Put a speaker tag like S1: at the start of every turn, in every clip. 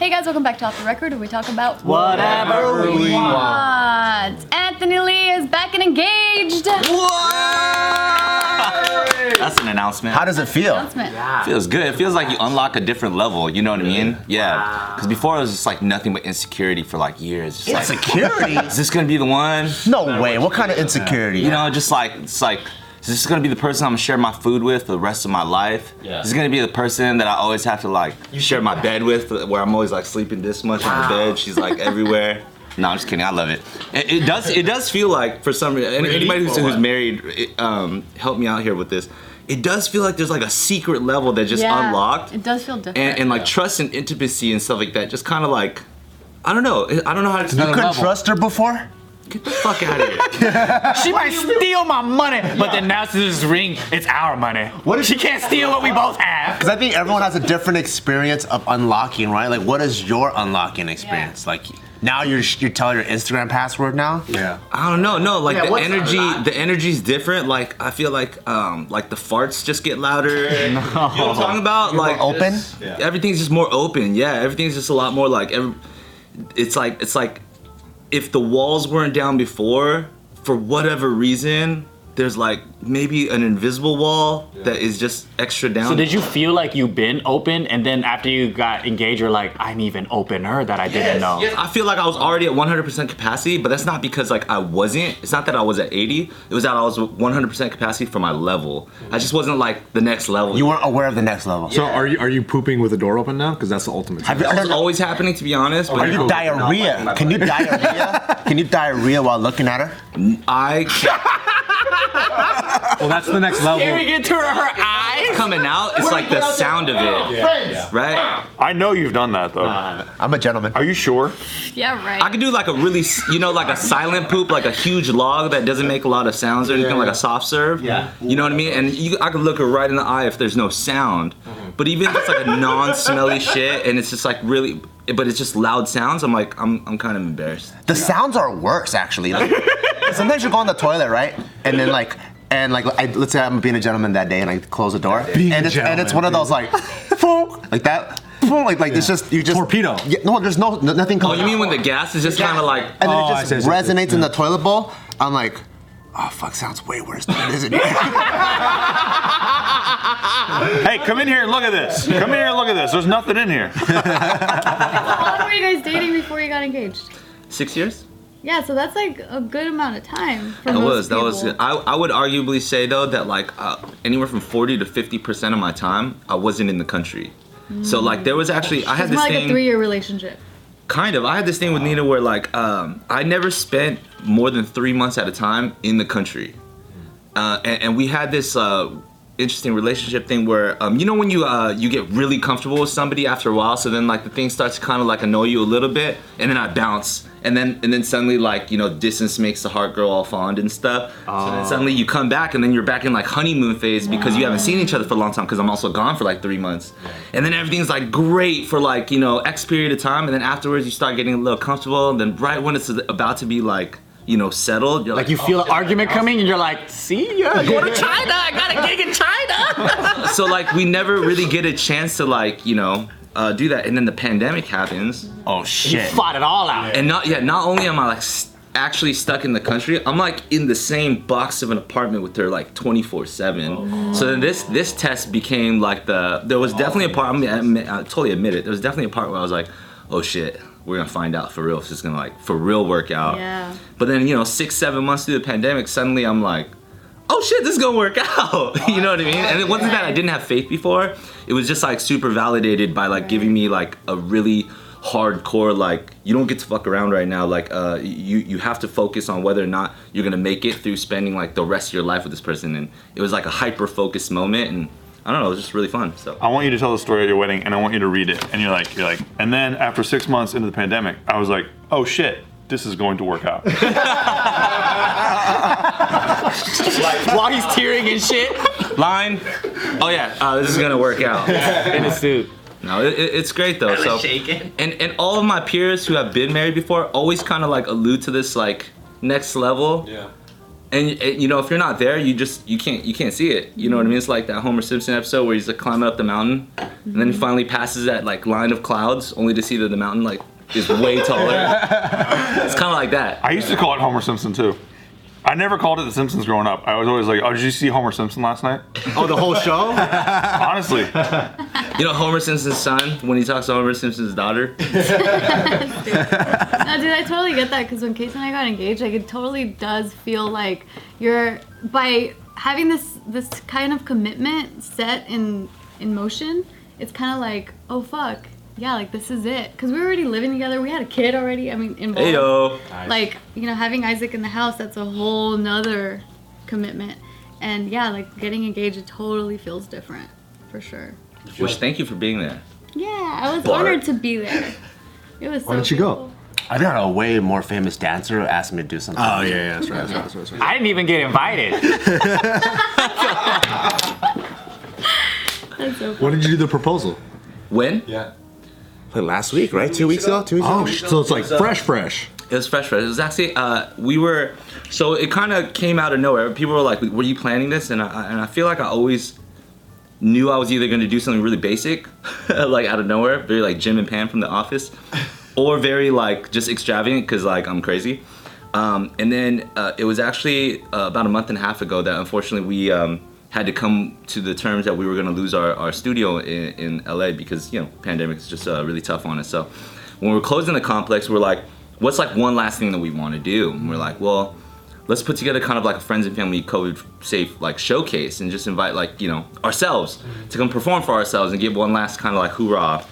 S1: Hey guys, welcome back to Off the Record, where we talk about
S2: Whatever we want.
S1: what. Anthony Lee is back and engaged.
S3: That's an announcement.
S2: How does it feel?
S1: Announcement.
S3: it feels good? It feels like you unlock a different level. You know what I mean? Yeah. Because before it was just like nothing but insecurity for like years. Just like,
S2: Insecurity?
S3: is this gonna be the one?
S2: No way. What kind of insecurity?
S3: You know, just like it's like, is this gonna be the person I'm gonna share my food with for the rest of my life?
S4: Yeah.
S3: Is this gonna be the person that I always have to like share my bed with, where I'm always like sleeping this much on the bed? She's like everywhere. No, I'm just kidding. I love it. It, it does. It does feel like for some reason, and
S4: Really?
S3: anybody who's,
S4: Or
S3: who's
S4: what?
S3: married, it, um, help me out here with this. It does feel like there's like a secret level that just
S1: Yeah,
S3: unlocked,
S1: It does feel different.
S3: and, and like trust and intimacy and stuff like that. Just kind of like, I don't know. I don't know how to
S2: you couldn't trust her before?
S3: get the fuck out of here.
S5: She might steal my money, but then now since this ring, it's our money.
S2: What if-
S5: she can't steal what we both have?
S2: Because I think everyone has a different experience of unlocking, right? Like, what is your unlocking experience? Like, now you're you're telling your Instagram password now? Yeah.
S3: I don't know. No, like
S4: Yeah,
S3: the
S4: what's
S3: energy,
S4: that?
S3: the energy's different. Like I feel like, um, like the farts just get louder. You know what I'm talking about? like
S2: Open?
S3: everything's just more open. Yeah, everything's just a lot more like. Every, it's like it's like, if the walls weren't down before, for whatever reason, there's like maybe an invisible wall that is just extra down.
S5: So did you feel like you've been open, and then after you got engaged, you're like, I'm even opener that I didn't know.
S3: Yes, I feel like I was already at 100% capacity, but that's not because like I wasn't. It's not that I was at 80. It was that I was 100% capacity for my level. I just wasn't like the next level.
S2: You weren't aware of the next level.
S6: So are you are you pooping with the door open now? Because that's the ultimate.
S2: Have you,
S3: That was always happening, to be honest. But
S2: are you diarrhea? Can you diarrhea? Can you diarrhea while looking at her?
S3: I can't
S6: well, that's the next level.
S5: get to her, her eyes.
S3: coming out. It's like the sound of it, right?
S7: I know you've done that though.
S2: I'm a gentleman.
S7: Are you sure?
S1: yeah, right.
S3: I could do like a really, s- you know, like a silent poop, like a huge log that doesn't make a lot of sounds or anything, like a soft serve.
S4: Yeah.
S3: You know what I mean? And you, I could look her right in the eye if there's no sound.
S4: Mm-hmm.
S3: But even if it's like a non-smelly shit and it's just like really, but it's just loud sounds. I'm like, I'm, I'm kind of embarrassed.
S2: The sounds are worse actually. Like, sometimes you go on the toilet, right? And then like and like I, let's say I'm being a gentleman that day and I close the door.
S6: Being a
S2: and, it's, and it's one of
S6: gentleman,
S2: those like like that. Like like it's just you just
S6: Torpedo.
S2: Yeah, no, there's no, no- nothing
S3: Oh,
S2: coming.
S3: you mean when
S2: out.
S3: the gas is just kind of like,
S2: and then
S6: Oh, I
S2: it
S6: see, I
S2: just
S6: see, I see.
S2: resonates in the toilet bowl. I'm like, oh fuck, sounds way worse than it is. in here."
S7: Hey, come in here and look at this. Come in here and look at this. There's nothing in here.
S1: How long were you guys dating before you got engaged?
S3: six years?
S1: Yeah, so that's like a good amount of time. For
S3: That
S1: most
S3: was that
S1: people.
S3: was. I I would arguably say though that like uh, anywhere from forty to fifty percent of my time I wasn't in the country. So like there was actually I had
S1: It's
S3: this
S1: more like
S3: thing
S1: a three-year relationship.
S3: kind of I had this thing with Nina where like um, I never spent more than three months at a time in the country, uh, and, and we had this uh, interesting relationship thing where um, you know when you uh, you get really comfortable with somebody after a while, so then like the thing starts to kind of like annoy you a little bit, and then I bounce, and then and then suddenly like you know distance makes the heart grow all fond and stuff. So then suddenly you come back, and then you're back in like honeymoon phase because you haven't seen each other for a long time because I'm also gone for like three months, and then everything's like great for like you know X period of time, and then afterwards you start getting a little comfortable, and then right when it's about to be like you know settled, you're like,
S5: Like you feel an argument coming, and you're like, see ya. Go to China. I got a gig in China.
S3: so like we never really get a chance to like you know uh, do that and then the pandemic happens
S2: oh shit.
S5: Fought it all out.
S3: and not yeah not only am i like s actually stuck in the country i'm like in the same box of an apartment with her like 24 7 so then this this test became like the there was definitely a part I, mean, I, admit- I totally admit it there was definitely a part where i was like oh shit we're gonna find out for real if it's gonna like for real work out
S1: Yeah.
S3: Uh, but then you know six seven months through the pandemic suddenly i'm like oh shit, this is gonna work out. you know what I mean? And it wasn't that I didn't have faith before. It was just like super validated by like giving me like a really hardcore like you don't get to fuck around right now. Like uh, you you have to focus on whether or not you're gonna make it through spending like the rest of your life with this person. And it was like a hyper focused moment and. I don't know. It was just really fun. So
S7: I want you to tell the story of your wedding, and I want you to read it. And you're like, you're like. And then after six months into the pandemic, I was like, oh shit, this is going to work out.
S5: While he's tearing and shit
S3: line. Oh yeah, uh, this is gonna work out.
S5: in a suit.
S3: No, it, it- it's great though. So and and all of my peers who have been married before always kind of like allude to this like next level. Yeah. And, and, you know, if you're not there, you just you can't you can't see it. You know what I mean? It's like that Homer Simpson episode where he's like climbing up the mountain, and then he finally passes that like line of clouds, only to see that the mountain like is way taller. it's kind of like that.
S7: I used to call it Homer Simpson too. I never called it The Simpsons growing up. I was always like, "Oh, did you see Homer Simpson last night?"
S2: Oh, the whole show?
S7: Honestly,
S3: You know, Homer Simpson's son when he talks to Homer Simpson's daughter.
S1: No, dude, I totally get that because when Case and I got engaged, like it totally does feel like you're by having this this kind of commitment set in in motion. It's kind of like, oh fuck, yeah, like this is it. Because we were already living together, we had a kid already. I mean, involved.
S3: Hey yo.
S1: Like you know, having Isaac in the house, that's a whole nother commitment. And yeah, like getting engaged, it totally feels different, for sure.
S3: Which thank you for being there.
S1: Yeah, I was
S3: Bart.
S1: honored to be there. It was.
S6: Why
S1: so
S6: didn't you go?
S1: cool.
S2: I had a way more famous dancer who asked me to do something.
S6: Oh yeah, yeah, that's right, that's right, that's right. That's right.
S5: I didn't even get invited.
S1: That's so cool.
S6: When did you do the proposal?
S3: When?
S2: last week, right? Two weeks ago? Two weeks
S6: Oh,
S2: ago?
S6: sh- so it's like fresh, fresh.
S3: It was fresh, fresh. It was actually uh, we were, so it kind of came out of nowhere. People were like, "Were you planning this?" And I and I feel like I always knew I was either going to do something really basic, like out of nowhere, very like Jim and Pam from The Office, or very like just extravagant because like I'm crazy. Um, and then uh, it was actually uh, about a month and a half ago that unfortunately we um, had to come to the terms that we were going to lose our, our studio in, in LA because you know pandemic is just uh, really tough on us. So when we we're closing the complex, we we're like, what's like one last thing that we want to do? And we're like, well, let's put together kind of like a friends and family COVID safe like showcase and just invite like you know ourselves to come perform for ourselves and give one last kind of like hoorah.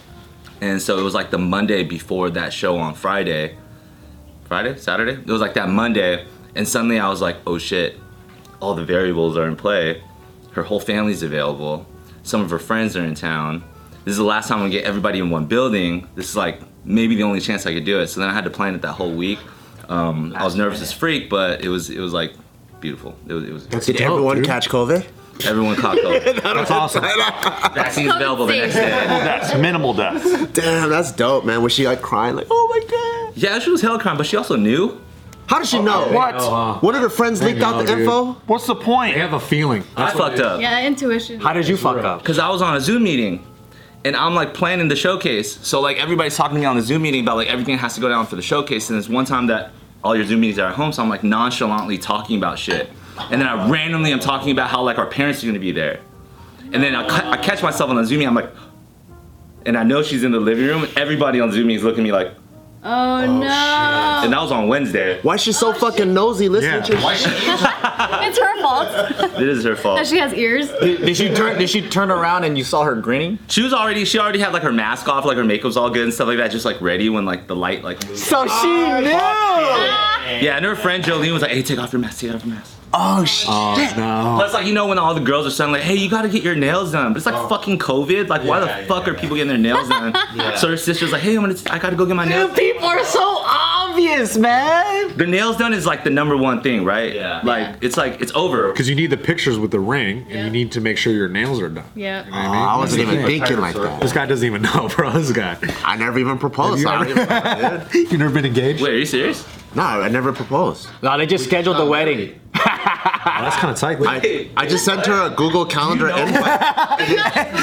S3: And so it was like the Monday before that show on Friday. Friday, Saturday. It was like that Monday, and suddenly I was like, oh shit, all the variables are in play. Her whole family's available. Some of her friends are in town. This is the last time we get everybody in one building. This is like maybe the only chance I could do it. So then I had to plan it that whole week. Um, I was nervous as freak, but it was it was like beautiful. It was, it was
S2: Did
S6: dope,
S2: everyone
S6: dude.
S2: catch COVID?
S3: everyone caught COVID.
S6: That's awesome.
S3: Vaccine's available the next day.
S7: that's minimal deaths.
S2: Damn, that's dope, man. Was she like crying, like, oh my god?
S3: Yeah, she was hell crime, but she also knew.
S2: How did she
S6: Oh,
S2: know?
S7: What?
S2: One of her friends leaked out
S6: know,
S2: the
S6: dude.
S2: info?
S7: What's the point?
S6: They have a feeling.
S3: I fucked up.
S1: Yeah, intuition.
S5: How did you fuck up?
S3: because I was on a Zoom meeting, and I'm like planning the showcase. So like everybody's talking to me on the Zoom meeting about like everything has to go down for the showcase. And it's one time that all your Zoom meetings are at home, so I'm like nonchalantly talking about shit, and then I randomly am talking about how like our parents are gonna be there, and then I, ca- I catch myself on the Zoom meeting. I'm like, and I know she's in the living room. Everybody on Zoom meeting is looking at me like,
S1: Oh, no.
S3: and that was on Wednesday.
S2: Why is she so fucking nosy listening
S6: Yeah.
S2: to your
S1: It's her fault
S3: It is her fault.
S1: that she has ears.
S5: Did, did she turn? Did she turn around and you saw her grinning?
S3: She was already she already had like her mask off, like her makeup's all good and stuff like that, just like ready when like the light like.
S2: So she knew!
S3: Yeah, and her friend Jolene was like, "Hey, take off your mask, take off your mask."
S2: Oh shit.
S6: No.
S3: Plus, like you know, when all the girls are suddenly like, "Hey, you gotta get your nails done," but it's like fucking COVID. Like, why the fuck are people getting their nails done? So her sister's like, "Hey, I'm gonna, I gotta go get my nails."
S2: People are so obvious, man.
S3: The nails done is like the number one thing, right?
S5: Yeah.
S3: Like
S1: Yeah.
S3: it's like it's over.
S6: Because you need the pictures with the ring, and
S1: Yeah.
S6: you need to make sure your nails are done.
S1: Yeah.
S6: You know what
S2: Oh, I
S6: mean?
S2: wasn't
S6: That's the
S2: even
S6: thing.
S2: thinking like that.
S6: This guy doesn't even know, bro. This guy.
S2: I never even proposed. so I don't even-
S6: you never been engaged?
S3: Wait, are you serious?
S2: no, I never proposed.
S5: No, they just scheduled the wedding.
S6: Oh, that's kind of tight.
S2: I, I just sent her a Google Calendar invite.
S6: want to
S2: Yeah, I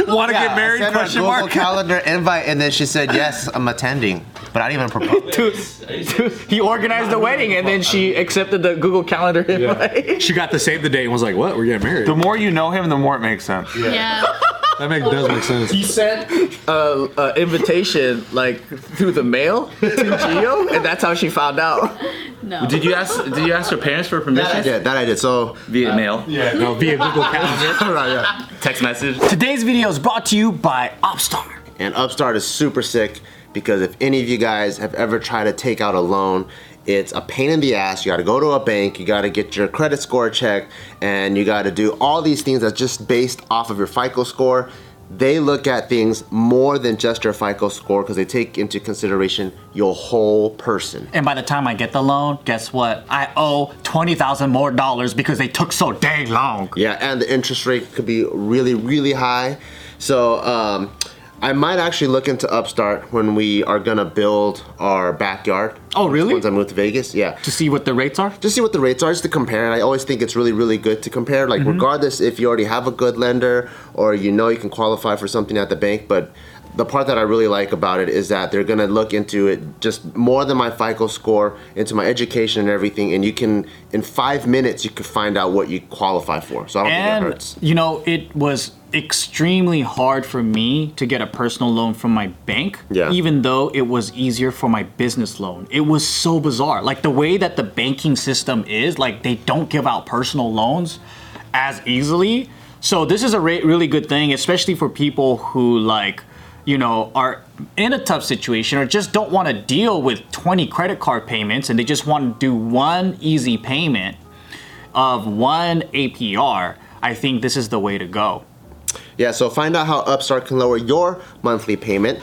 S2: sent her a Google Calendar invite, and then she said, "Yes, I'm attending," but I didn't even propose.
S5: Dude, dude, he organized the wedding and then she accepted the Google Calendar invite.
S6: She got to save the date and was like, "What? We're getting married."
S7: The more you know him, the more it makes sense.
S1: Yeah.
S6: That make, does make sense.
S5: He sent a, a invitation like through the mail to Geo, and that's how she found out.
S1: No.
S3: Did you ask? Did you ask her parents for
S2: That I
S3: permission
S2: did. That I did. So,
S3: via mail,
S6: Yeah, no, via Google Calendar.
S2: right, yeah.
S3: text message?
S5: Today's video is brought to you by Opstar.
S2: And Upstart is super sick because if any of you guys have ever tried to take out a loan, it's a pain in the ass. You gotta go to a bank, you gotta get your credit score checked, and you gotta do all these things that's just based off of your FICO score. They look at things more than just your FICO score because they take into consideration your whole person.
S5: And by the time I get the loan, guess what? I owe twenty thousand more dollars because they took so dang long.
S2: Yeah, and the interest rate could be really, really high. So um, I might actually look into Upstart when we are gonna build our backyard.
S5: Oh, really?
S2: Once I move to Vegas, yeah.
S5: to see what the rates are.
S2: just see what the rates are just to compare and i always think it's really really good to compare like regardless if you already have a good lender or you know you can qualify for something at the bank but the part that i really like about it is that they're going to look into it just more than my fico score into my education and everything and you can in five minutes you can find out what you qualify for so i don't think that
S4: And
S2: hurts
S4: you know, it was extremely hard for me to get a personal loan from my bank.
S2: Yeah.
S4: Even though it was easier for my business loan. It was so bizarre. Like the way that the banking system is, like they don't give out personal loans as easily. So this is a re- really good thing, especially for people who like you know are in a tough situation or just don't want to deal with 20 credit card payments and they just want to do one easy payment of one APR, I think this is the way to go.
S2: yeah so find out how upstart can lower your monthly payment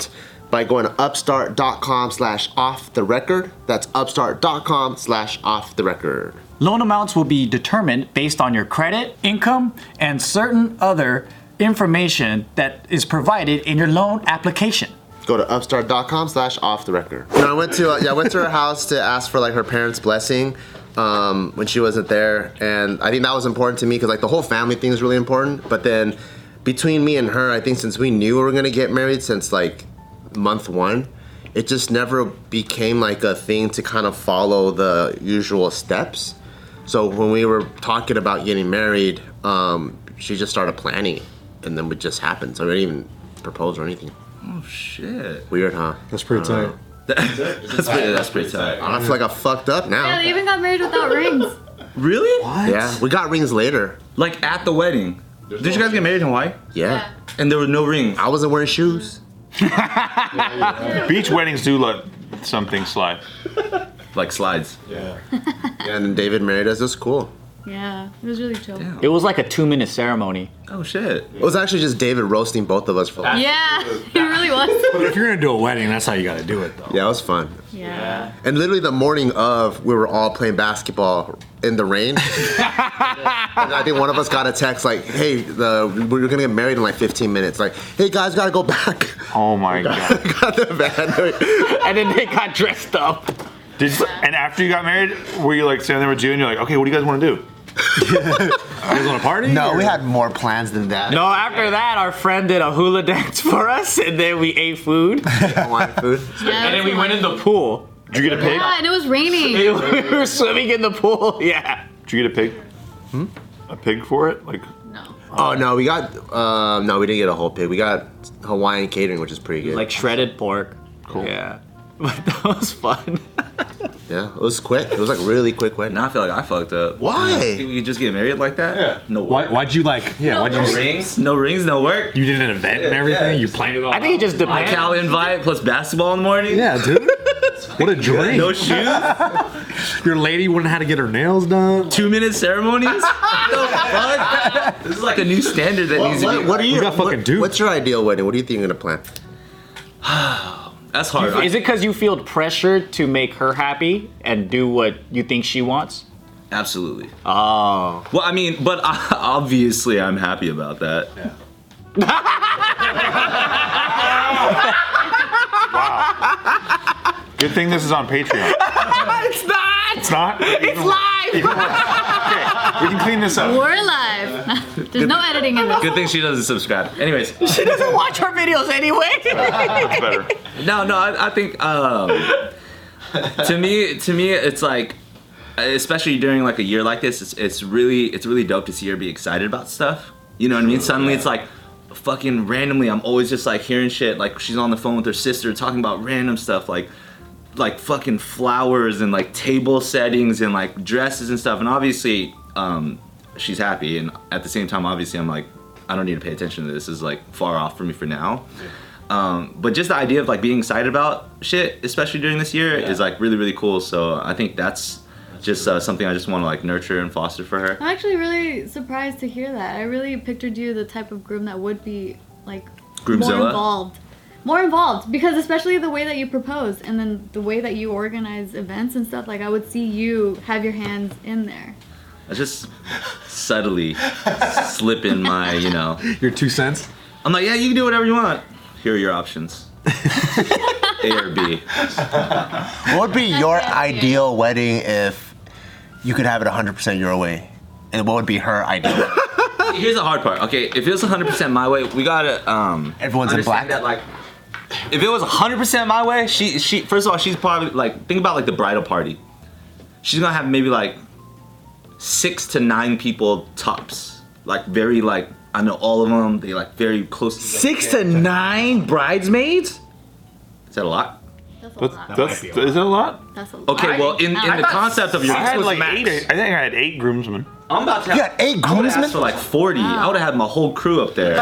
S2: by going to upstart.com slash off the record that's upstart.com slash off the record
S4: Loan amounts will be determined based on your credit, income, and certain other information that is provided in your loan application.
S2: go to upstart.com slash off the record no i went to uh, yeah i went to her house to ask for like her parents blessing um, when she wasn't there and i think that was important to me because like the whole family thing is really important but then between me and her i think since we knew we were going to get married since like month one it just never became like a thing to kind of follow the usual steps so when we were talking about getting married um, she just started planning and then it just happened so we didn't even propose or anything
S3: Oh shit.
S2: weird huh Uh,
S6: That's pretty tight.
S3: That's pretty, that's pretty tight.
S2: I feel like I fucked up
S1: Yeah,
S2: now.
S1: they even got married without rings.
S3: Really?
S2: Yeah, we got rings later.
S3: Like at the wedding. Did you guys get married in Hawaii?
S2: Yeah.
S3: And there were no rings.
S2: I wasn't wearing shoes.
S7: Beach weddings do let something slide.
S3: Like slides.
S2: And David married us. It was cool.
S1: Yeah, it was really chill.
S3: Damn.
S4: It was like a two minute ceremony.
S3: Oh shit.
S2: It was actually just David roasting both of us for like,
S1: Yeah, it really was.
S6: But if you're gonna do a wedding, that's how you gotta do it, though.
S2: Yeah, it was fun.
S1: Yeah.
S2: And literally the morning of, we were all playing basketball in the rain. and I think one of us got a text like, "Hey, the we're gonna get married in like 15 minutes." Like, "Hey guys, gotta go back."
S7: Oh my god.
S2: got the van.
S5: And then they got dressed up.
S7: Did and after you got married, were you like standing there with you and you're like, okay, what do you guys want to do?
S6: You guys want a party?
S2: no,
S6: or-
S2: we had more plans than that.
S5: No, after that, our friend did a hula dance for us, and then we ate food,
S2: Hawaiian food.
S1: yeah
S5: and then we went in the pool.
S7: Did you get a pig?
S1: Yeah, and it was raining.
S5: we were swimming in the pool. Yeah.
S7: Did you get a pig? Hmm? A pig for it? Like
S1: No.
S2: Oh no, we got uh, no, we didn't get a whole pig. We got Hawaiian catering, which is pretty good.
S5: Like shredded pork. Cool. Yeah. But that was fun.
S2: Yeah, it was quick. It was like really quick wedding.
S3: Now I feel like I fucked up.
S2: Why?
S3: Think we could just get married like that? Yeah. No
S6: Why,
S3: work.
S6: why'd you like? Yeah, why'd
S3: No
S6: you?
S3: rings? No rings, no work.
S6: You did an event and everything. you planned it all.
S5: I think it just
S3: A
S5: depends.
S3: cow invite plus basketball in the morning?
S6: Yeah, dude. what a dream.
S3: No shoes?
S6: Your lady wouldn't know how to get her nails done.
S3: Two minute ceremonies? What the fuck? This is like a new standard that needs to
S2: What,
S3: be.
S2: what are you?
S6: We gotta fucking
S2: what-
S6: do.
S2: What's your ideal wedding? What do you think you're gonna plan?
S3: That's hard.
S5: Is it because you feel pressured to make her happy and do what you think she wants?
S3: Absolutely.
S5: Oh.
S3: Well, I mean, but I, obviously I'm happy about that.
S7: good thing this is on Patreon.
S5: It's not!
S7: It's not.
S5: It's live!
S7: We can clean this up.
S1: We're alive. There's no editing in this.
S3: Good thing she doesn't subscribe. Anyways,
S5: She doesn't watch our videos anyway!
S7: It's better.
S3: no, no, I, I think um, to me, to me, it's like, especially during like a year like this, it's, it's really, it's really dope to see her be excited about stuff. You know what I mean? Suddenly, it's like, fucking randomly, I'm always just like hearing shit. Like she's on the phone with her sister talking about random stuff, like. Like fucking flowers and like table settings and like dresses and stuff, and obviously um, she's happy. And at the same time, obviously, I'm like, I don't need to pay attention to this. This is like far off for me for now. Um, but just the idea of like being excited about shit, especially during this year, is like really really cool. So I think that's just uh, something I just want to like nurture and foster for her.
S1: I'm actually really surprised to hear that. I really pictured you the type of groom that would be like more
S3: Groomzilla?
S1: involved. More involved because especially the way that you propose and then the way that you organize events and stuff like I would see you have your hands in there.
S3: I just subtly slip in my, you know,
S6: Your two cents.
S3: I'm like, yeah, you can do whatever you want. Here are your options. a or B.
S2: What would be your
S1: That's it.
S2: ideal wedding if you could have it 100% your way? And what would be her ideal?
S3: Here's the hard part. Okay, if it was 100% my way, we gotta um.
S2: Everyone's in
S3: understand
S2: black?
S3: That, like, if it was 100% my way, she she first of all she's probably like think about like the bridal party. She's gonna have maybe like six to nine people tops. Like very like I know all of them. They like very close. together.
S5: Six to nine bridesmaids?
S3: Is that a lot?
S1: That's a
S7: That's,
S1: lot.
S7: that's is that a lot?
S1: That's a lot.
S3: Okay, well in, in
S1: I
S3: the
S1: thought-
S3: concept of your
S7: I had
S3: was
S7: like
S3: max.
S7: eight. I think I had eight groomsmen.
S3: I'm about to have,
S2: You got eight
S3: I would've asked
S2: groomsmen?
S3: for like 40. I would have had my whole crew up there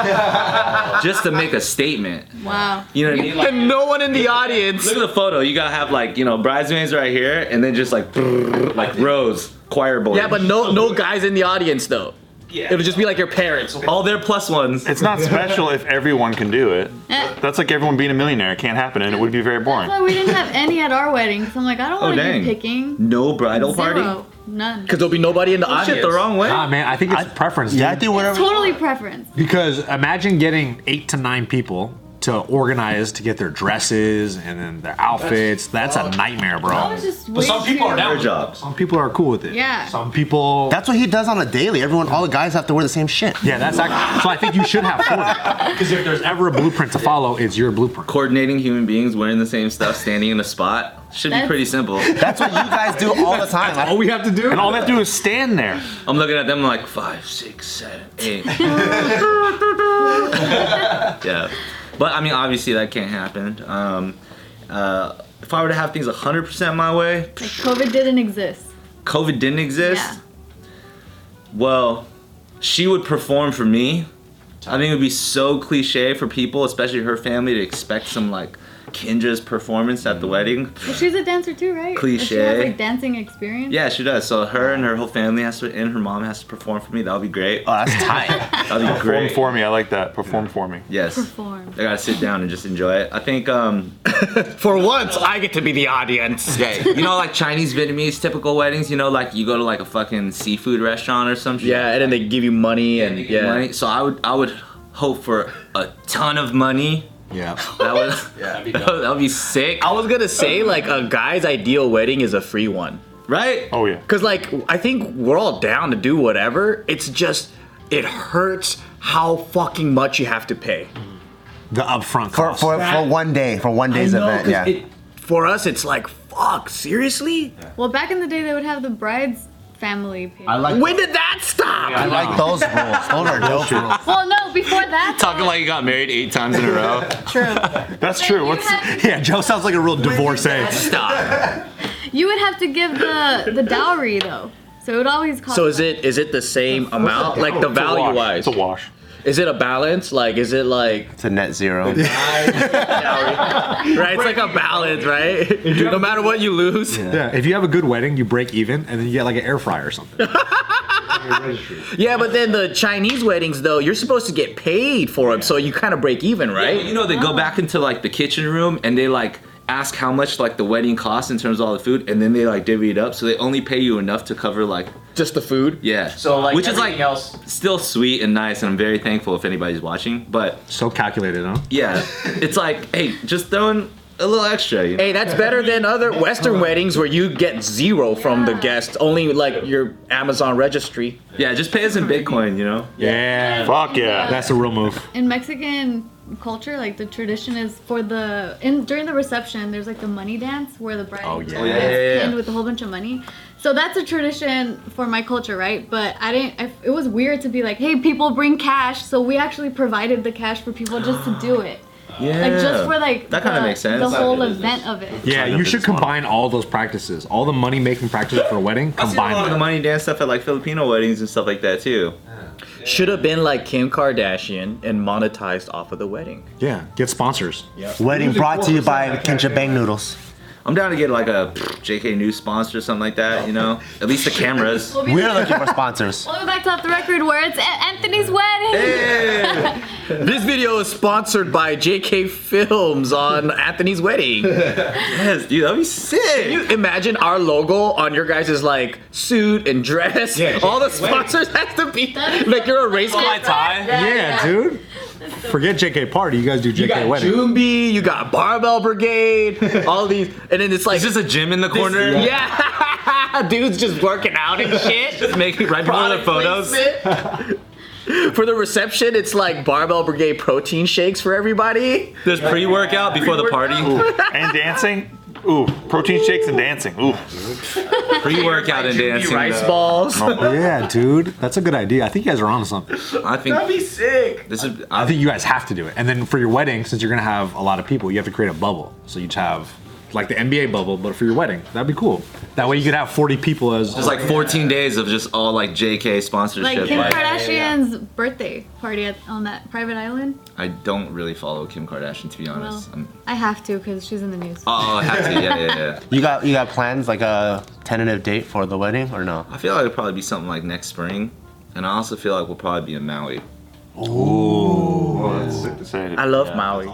S3: just to make a statement.
S1: Wow.
S3: You know what I mean? Like,
S5: And no one in the audience.
S3: Look at the photo. You gotta have like you know bridesmaids right here, and then just like brrr, like rows, choir boys.
S5: Yeah, but no no guys in the audience though.
S3: Yeah.
S5: It'll just be like your parents.
S3: all their plus ones.
S7: It's not special if everyone can do it.
S1: Eh.
S7: That's like everyone being a millionaire. It can't happen, and it would be very boring.
S1: That's why we didn't have any at our wedding. Cause I'm like, I don't want to
S3: dang.
S1: be picking.
S3: No bridal
S1: Zero.
S3: party.
S1: None.
S5: Because there'll be nobody in the audience.
S3: Shit, the wrong way.
S6: Ah, man, I think it's preference. dude.
S2: yeah, I think whatever.
S1: Totally preference.
S6: Because imagine getting eight to nine people to organize to get their dresses and then their outfits. That's, a nightmare,
S1: I
S6: bro.
S1: was just.
S8: But some
S1: way
S8: people are
S1: too-
S8: down.
S3: Their jobs.
S6: Some people are cool with it.
S1: Yeah.
S6: Some people.
S2: That's what he does on a daily. Everyone, all the guys have to wear the same shit.
S6: yeah, that's actually. So I think you should have four. Because if there's ever a blueprint to follow, it's your blueprint.
S3: Coordinating human beings wearing the same stuff, standing in a spot should be
S1: That's-
S3: pretty simple.
S2: That's what you guys do all the time.
S6: All we have to do.
S7: And all they have to do is stand there.
S3: I'm looking at them like five, six, seven, eight. yeah, but I mean, obviously that can't happen. Um, uh, if I were to have things 100% my way,
S1: Like, COVID didn't exist.
S3: COVID didn't exist,
S1: Yeah.
S3: well, she would perform for me. I think it would be so cliche for people, especially her family, to expect some like Kendra's performance
S2: Mm.
S3: at the wedding.
S1: But she's a dancer too, right? Does She has
S3: Cliche.
S1: like dancing experience.
S3: Yeah, she does. So her and her whole family has to, and her mom has to perform for me. That would be great.
S2: Oh, that's tight.
S3: That'd be
S7: Perform
S3: great.
S7: for me. I like that. Perform for me.
S3: Yes.
S1: Perform.
S3: I gotta sit down and just enjoy it. I think, um,
S5: For once, I get to be the audience.
S3: yeah, you know, like Chinese, Vietnamese typical weddings, you know, like you go to like a fucking seafood restaurant or some shit.
S5: Yeah, and then they give you money and
S3: and you get
S5: yeah.
S3: money. So I would, I would hope for a ton of money.
S2: Yeah.
S3: That would, that would be sick,
S5: I was gonna say like a guy's ideal wedding is a free one.
S3: right?
S7: Oh yeah.
S5: Cause like I think we're all down to do whatever. It's just it hurts how fucking much you have to pay.
S6: The upfront
S2: For,
S6: cost.
S2: for, for one day, for one day's
S5: I know,
S2: event,
S5: 'cause
S2: yeah.
S5: it- for us, it's like fuck. Seriously?
S1: Well, back in the day, they would have the bride's family pay.
S2: I like,
S5: When did that stop?
S2: I like those rules. Those are dope rules.
S1: well, no, before that.
S3: Talking like you got married eight times in a row.
S1: true.
S7: That's true. What's
S6: Yeah, Joe sounds like a real divorcee.
S5: Stop.
S1: You would have to give the the dowry though, so it would always cost.
S5: So is it is it the same amount? Like the value wise?
S7: It's a wash.
S5: Is it a balance? Like is it like
S2: It's a net zero.
S5: right? It's like a balance, right? no matter what you lose. Yeah,
S6: Yeah, if you have a good wedding, you break even, and then you get like an air fryer or something.
S5: but then the Chinese weddings though, you're supposed to get paid for them, so you kind of break even, right?
S3: You know, they go back into like the kitchen room and they like ask how much like the wedding costs in terms of all the food, and then they like divvy it up, so they only pay you enough to cover like
S5: Just the food.
S3: yeah.
S8: So like
S3: which is like
S8: everything else.
S3: still sweet and nice, and I'm very thankful if anybody's watching. But
S6: so calculated, huh?
S3: yeah, it's like hey, just throwing a little extra. You know?
S5: Hey, that's better than other Western weddings where you get zero from the guests, only like your Amazon registry.
S3: Yeah, just pay us in Bitcoin. You know.
S6: Yeah,
S7: Fuck yeah.
S6: that's a real move.
S1: in Mexican culture, like the tradition is for the in during the reception, there's like the money dance where the bride oh,
S6: yeah.
S3: Yeah, yeah, yeah, yeah.
S1: pinned with a whole bunch of money. So that's a tradition for my culture, right? But I didn't. I, it was weird to be like, hey, people bring cash, so we actually provided the cash for people just to do it,
S3: Yeah.
S1: like just for like
S3: that kind
S1: the-
S3: of makes sense.
S1: The whole event of it.
S6: Yeah, you should combine all those practices, all the money making practices for a wedding,
S3: I've seen a lot of
S6: combine
S3: the
S6: them.
S3: money dance stuff at like Filipino weddings and stuff like that too.
S5: Should have been like Kim Kardashian and monetized off of the wedding.
S6: Yeah, get sponsors.
S2: Wedding brought to you by Kencha Bang Noodles.
S3: I'm down to get like a JK News sponsor or something like that. You know, at least the cameras.
S1: We'll be
S2: We're looking for sponsors.
S1: Welcome back to Off the Record, where it's A- Anthony's wedding.
S5: This video is sponsored by JK Films on Anthony's wedding.
S3: Yes, dude, that'd be sick.
S5: You imagine our logo on your guys' like suit and dress. All the sponsors have to be like you're a race car.
S1: tie.
S6: Yeah, dude. Forget JK Party. You guys do JK
S5: You got
S6: Wedding.
S5: Jumbi, you got Barbell Brigade, all these, and then it's like,
S3: Is this a gym in the corner?
S5: yeah, dude's just working out and shit.
S3: Just make right before the
S5: Product
S3: photos.
S5: placement. for the reception, it's like Barbell Brigade protein shakes for everybody.
S3: There's pre-workout before the party.
S7: and dancing. Ooh, protein shakes and dancing. Ooh,
S3: Pre-workout and dancing.
S5: Rice
S3: though.
S5: balls.
S6: yeah, dude, that's a good idea. I think you guys are on something.
S3: I think
S5: be sick.
S3: this is.
S6: I
S3: I
S6: think you guys have to do it. And then for your wedding, since you're gonna have a lot of people, you have to create a bubble. So you have like the NBA bubble, but for your wedding, that'd be cool. That way you could have 40 people as
S3: There's like 14 days of just all like JK
S1: Like
S3: sponsorship.
S1: Kim
S3: like,
S1: Kardashian's birthday party at, on that private island.
S3: I don't really follow Kim Kardashian to be honest.
S1: Well,
S3: I'm,
S1: I have to because she's in the news.
S3: oh, I have to. Yeah, yeah, yeah.
S2: You got you got plans like a tentative date for the wedding or no?
S3: I feel like it'll probably be something like next spring, and I also feel like we'll probably be in Maui.
S7: decided.
S5: I love Maui.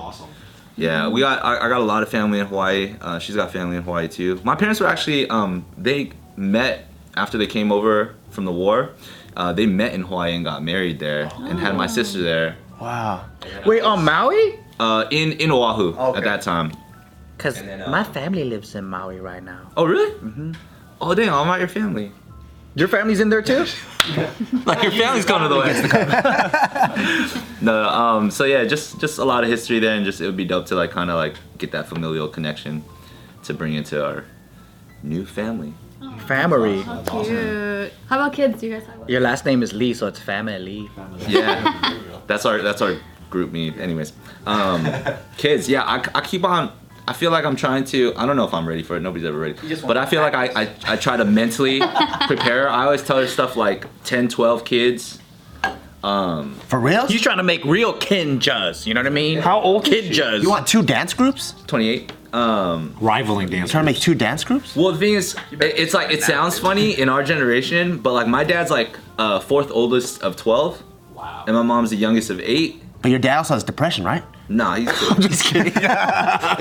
S3: Yeah, we got. I, I got a lot of family in Hawaii. Uh, she's got family in Hawaii too. My parents were actually. Um, they met after they came over from the war. Uh, they met in Hawaii and got married there, and had my sister there.
S2: Wow.
S5: Wait, on Maui?
S3: Uh, in in Oahu
S5: Okay.
S3: at that time.
S5: Because
S3: And then, uh,
S5: my family lives in Maui right now.
S3: Oh really? Mm-hmm. Oh damn! I'm out your family.
S5: Your family's in there too?
S3: Like your family's going to the West. no, um, so yeah, just just a lot of history there, and just it would be dope to like kind of like get that familial connection to bring into our new family.
S5: Family.
S1: How cute. How about kids? Do you guys have
S5: Your last name is Lee, so it's family.
S3: Yeah, that's our that's our group meet. Anyways, um, kids, yeah, I, I keep on. I feel like I'm trying to. I don't know if I'm ready for it. Nobody's ever ready. But I feel like I, I I try to mentally prepare. I always tell her stuff like 10, 12 kids.
S2: For real?
S5: You trying to make real kinjas, you know what I mean?
S7: How old is she?
S5: kinjas?
S2: You want two dance groups?
S3: 28.
S6: rivaling dancers.
S2: Trying to make two dance groups?
S3: Well, the thing is, it- it's like it sounds funny in our generation, but like my dad's like uh, fourth oldest of twelve, wow, and my mom's the youngest of eight.
S2: But your dad also has depression, right?
S3: Nah, he's cool.
S2: Just kidding.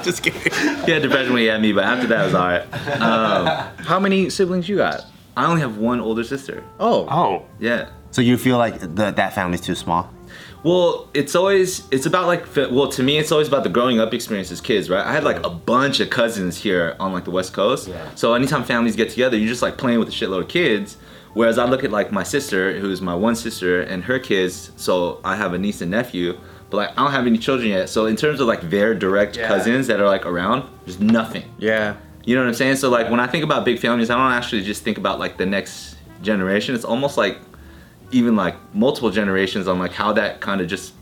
S2: Just kidding.
S3: he had depression when he had me, but after that it was all right. Um,
S5: How many siblings you got?
S3: I only have one older sister.
S5: Oh,
S7: Oh,
S3: Yeah.
S2: So you feel like the, that family's too small?
S3: Well, it's always it's about like fi- well to me it's always about the growing up experience as kids, right? I had like a bunch of cousins here on like the West Coast, so anytime families get together, you're just like playing with a shitload of kids. Whereas I look at like my sister, who's my one sister, and her kids. So I have a niece and nephew, but like I don't have any children yet. So in terms of like their direct cousins that are like around, there's nothing.
S5: yeah.
S3: You know what I'm saying? So like when I think about big families, I don't actually just think about like the next generation. It's almost like even like multiple generations on like how that kind of just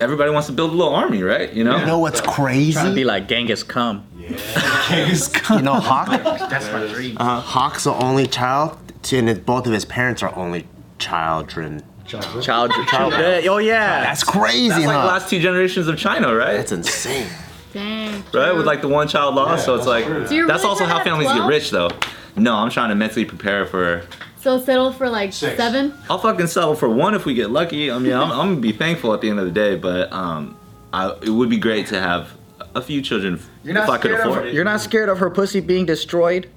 S3: everybody wants to build a little army, right? You know?
S2: You know what's
S5: Trying to be
S2: crazy?
S5: like Genghis Khan.
S2: You know, Hawk?
S5: That's my dream.
S2: Uh-huh. Hawk's the only child, to, and it- both of his parents are only children.
S5: Child, child. yeah, Oh yeah.
S2: That's crazy,
S3: That's like
S2: huh?
S3: last two generations of China, right?
S2: That's insane.
S1: Dang.
S3: right? With like the one child law. so it's like that's
S1: Do you really
S3: also
S1: try to
S3: how
S1: have
S3: families
S1: 12?
S3: get rich though. No, I'm trying to mentally prepare for.
S1: So settle for like seven.
S3: I'll fucking settle for one if we get lucky. I mean, I'm, I'm gonna be thankful at the end of the day, but um, I, it would be great to have a few children if I could afford it.
S5: You're not scared of her pussy being destroyed?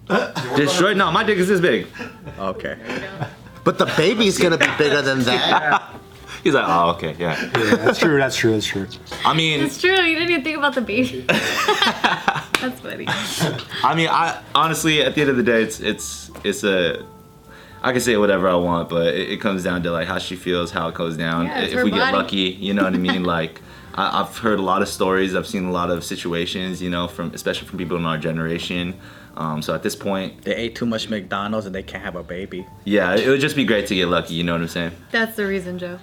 S3: Destroyed? No, my dick is this big.
S5: Okay.
S2: But the baby's gonna be bigger than that.
S3: He's like, oh, okay, yeah.
S6: That's true. That's true. That's true.
S3: I mean,
S1: It's true. You didn't even think about the baby. That's funny.
S3: I mean, I honestly, at the end of the day, it's it's it's a. I can say whatever I want, but it, it comes down to like how she feels, how it goes down.
S1: Yeah, it's
S3: if
S1: her
S3: we get
S1: body.
S3: lucky, you know what I mean. like I, I've heard a lot of stories, I've seen a lot of situations, you know, from especially from people in our generation. Um, so at this point,
S5: They ate too much McDonald's and they can't have a baby.
S3: yeah, it would just be great to get lucky. You know what I'm saying?
S1: That's the reason, Joe.